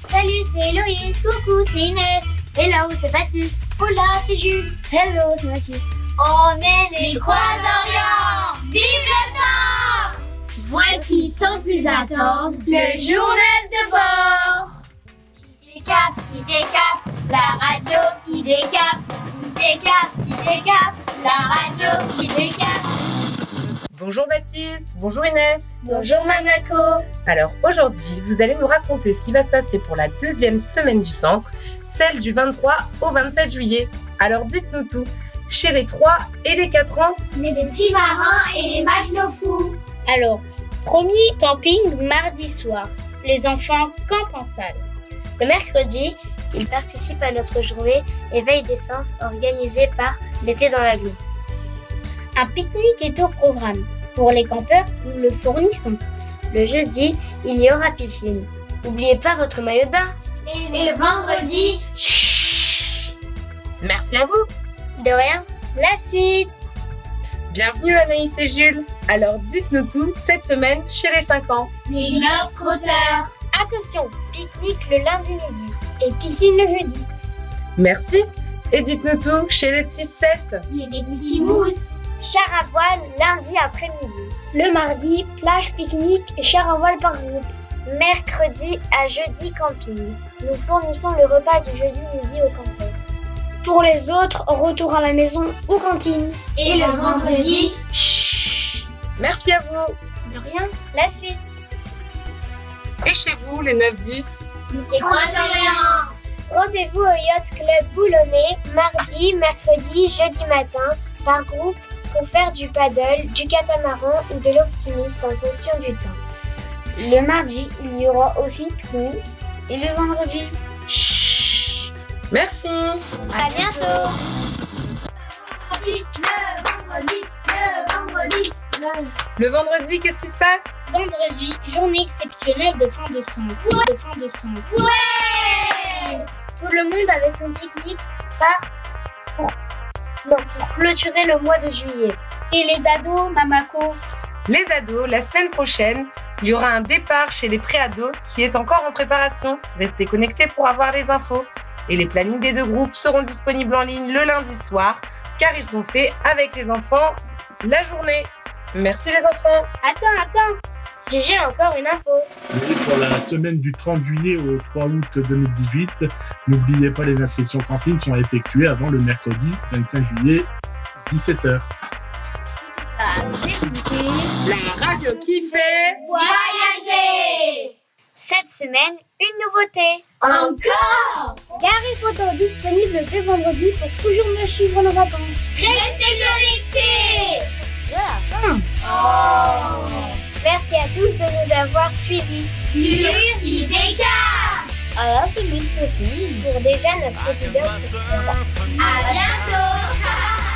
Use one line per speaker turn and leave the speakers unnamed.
Salut, c'est Héloïse. Coucou, c'est Inès. Hello, c'est Baptiste. Hola, c'est Jules. Hello, c'est Mathis. On est les, Croix d'Orient. Vive le sang Voici, sans plus attendre, le journal de bord. Qui décape, si décape, la radio qui décape. Si décape, si décape, la radio qui décape.
Bonjour Baptiste, bonjour Inès.
Bonjour Mamako.
Alors aujourd'hui, vous allez nous raconter ce qui va se passer pour la deuxième semaine du centre, celle du 23 au 27 juillet. Alors dites-nous tout, chez les 3 et les 4 ans,
Les petits marins et les matelots fous.
Alors, premier camping mardi soir. Les enfants campent en salle. Le mercredi, ils participent à notre journée éveil des sens organisée par l'été dans la Glu. Un pique-nique est au programme. Pour les campeurs, nous le fournissons. Le jeudi, il y aura piscine. N'oubliez pas votre maillot de bain.
Et le vendredi,
merci à vous.
De rien. La suite.
Bienvenue Anaïs et Jules. Alors dites-nous tout cette semaine chez les 5 ans.
les globetrotters.
Attention, pique-nique le lundi midi et piscine le jeudi.
Merci. Et dites-nous tout chez les 6-7.
Il y a les petits mousses.
Char à voile lundi après-midi. Le mardi, plage, pique-nique et char à voile par groupe. Mercredi à jeudi, camping. Nous fournissons le repas du jeudi midi au campeur. Pour les autres, retour à la maison ou cantine.
Et le vendredi,
Merci à vous.
De rien, la suite.
Et chez vous, les 9-10.
les croissants.
Rendez-vous au Yacht Club Boulonnais mardi, mercredi, jeudi matin par groupe pour faire du paddle, du catamaran ou de l'optimiste en fonction du temps. Le mardi, il y aura aussi pique et le vendredi.
Merci.
À bientôt
vendredi, le vendredi, le vendredi.
Le vendredi, qu'est-ce qui se passe
Vendredi, journée exceptionnelle de fin de son. De fin de son.
Ouais
Tout le monde avec son pique-nique part pour, non, pour clôturer le mois de juillet. Et les ados, Mamako,
Les ados, la semaine prochaine, il y aura un départ chez les pré-ados qui est encore en préparation. Restez connectés pour avoir les infos. Et les plannings des deux groupes seront disponibles en ligne le lundi soir car ils sont faits avec les enfants la journée. Merci les enfants.
Attends, attends Gégé a encore une info.
Et pour la semaine du 30 juillet au 3 août 2018, n'oubliez pas les inscriptions cantines sont effectuées avant le mercredi 25 juillet 17h.
La radio qui fait
Voyager
Cette semaine, une nouveauté
Encore
Gary Photo disponible dès vendredi pour toujours me suivre nos vacances.
Restez connectés
Oh. Merci à tous de nous avoir suivis. Ah,
Sur CDK
À la semaine prochaine pour déjà notre épisode.
À bientôt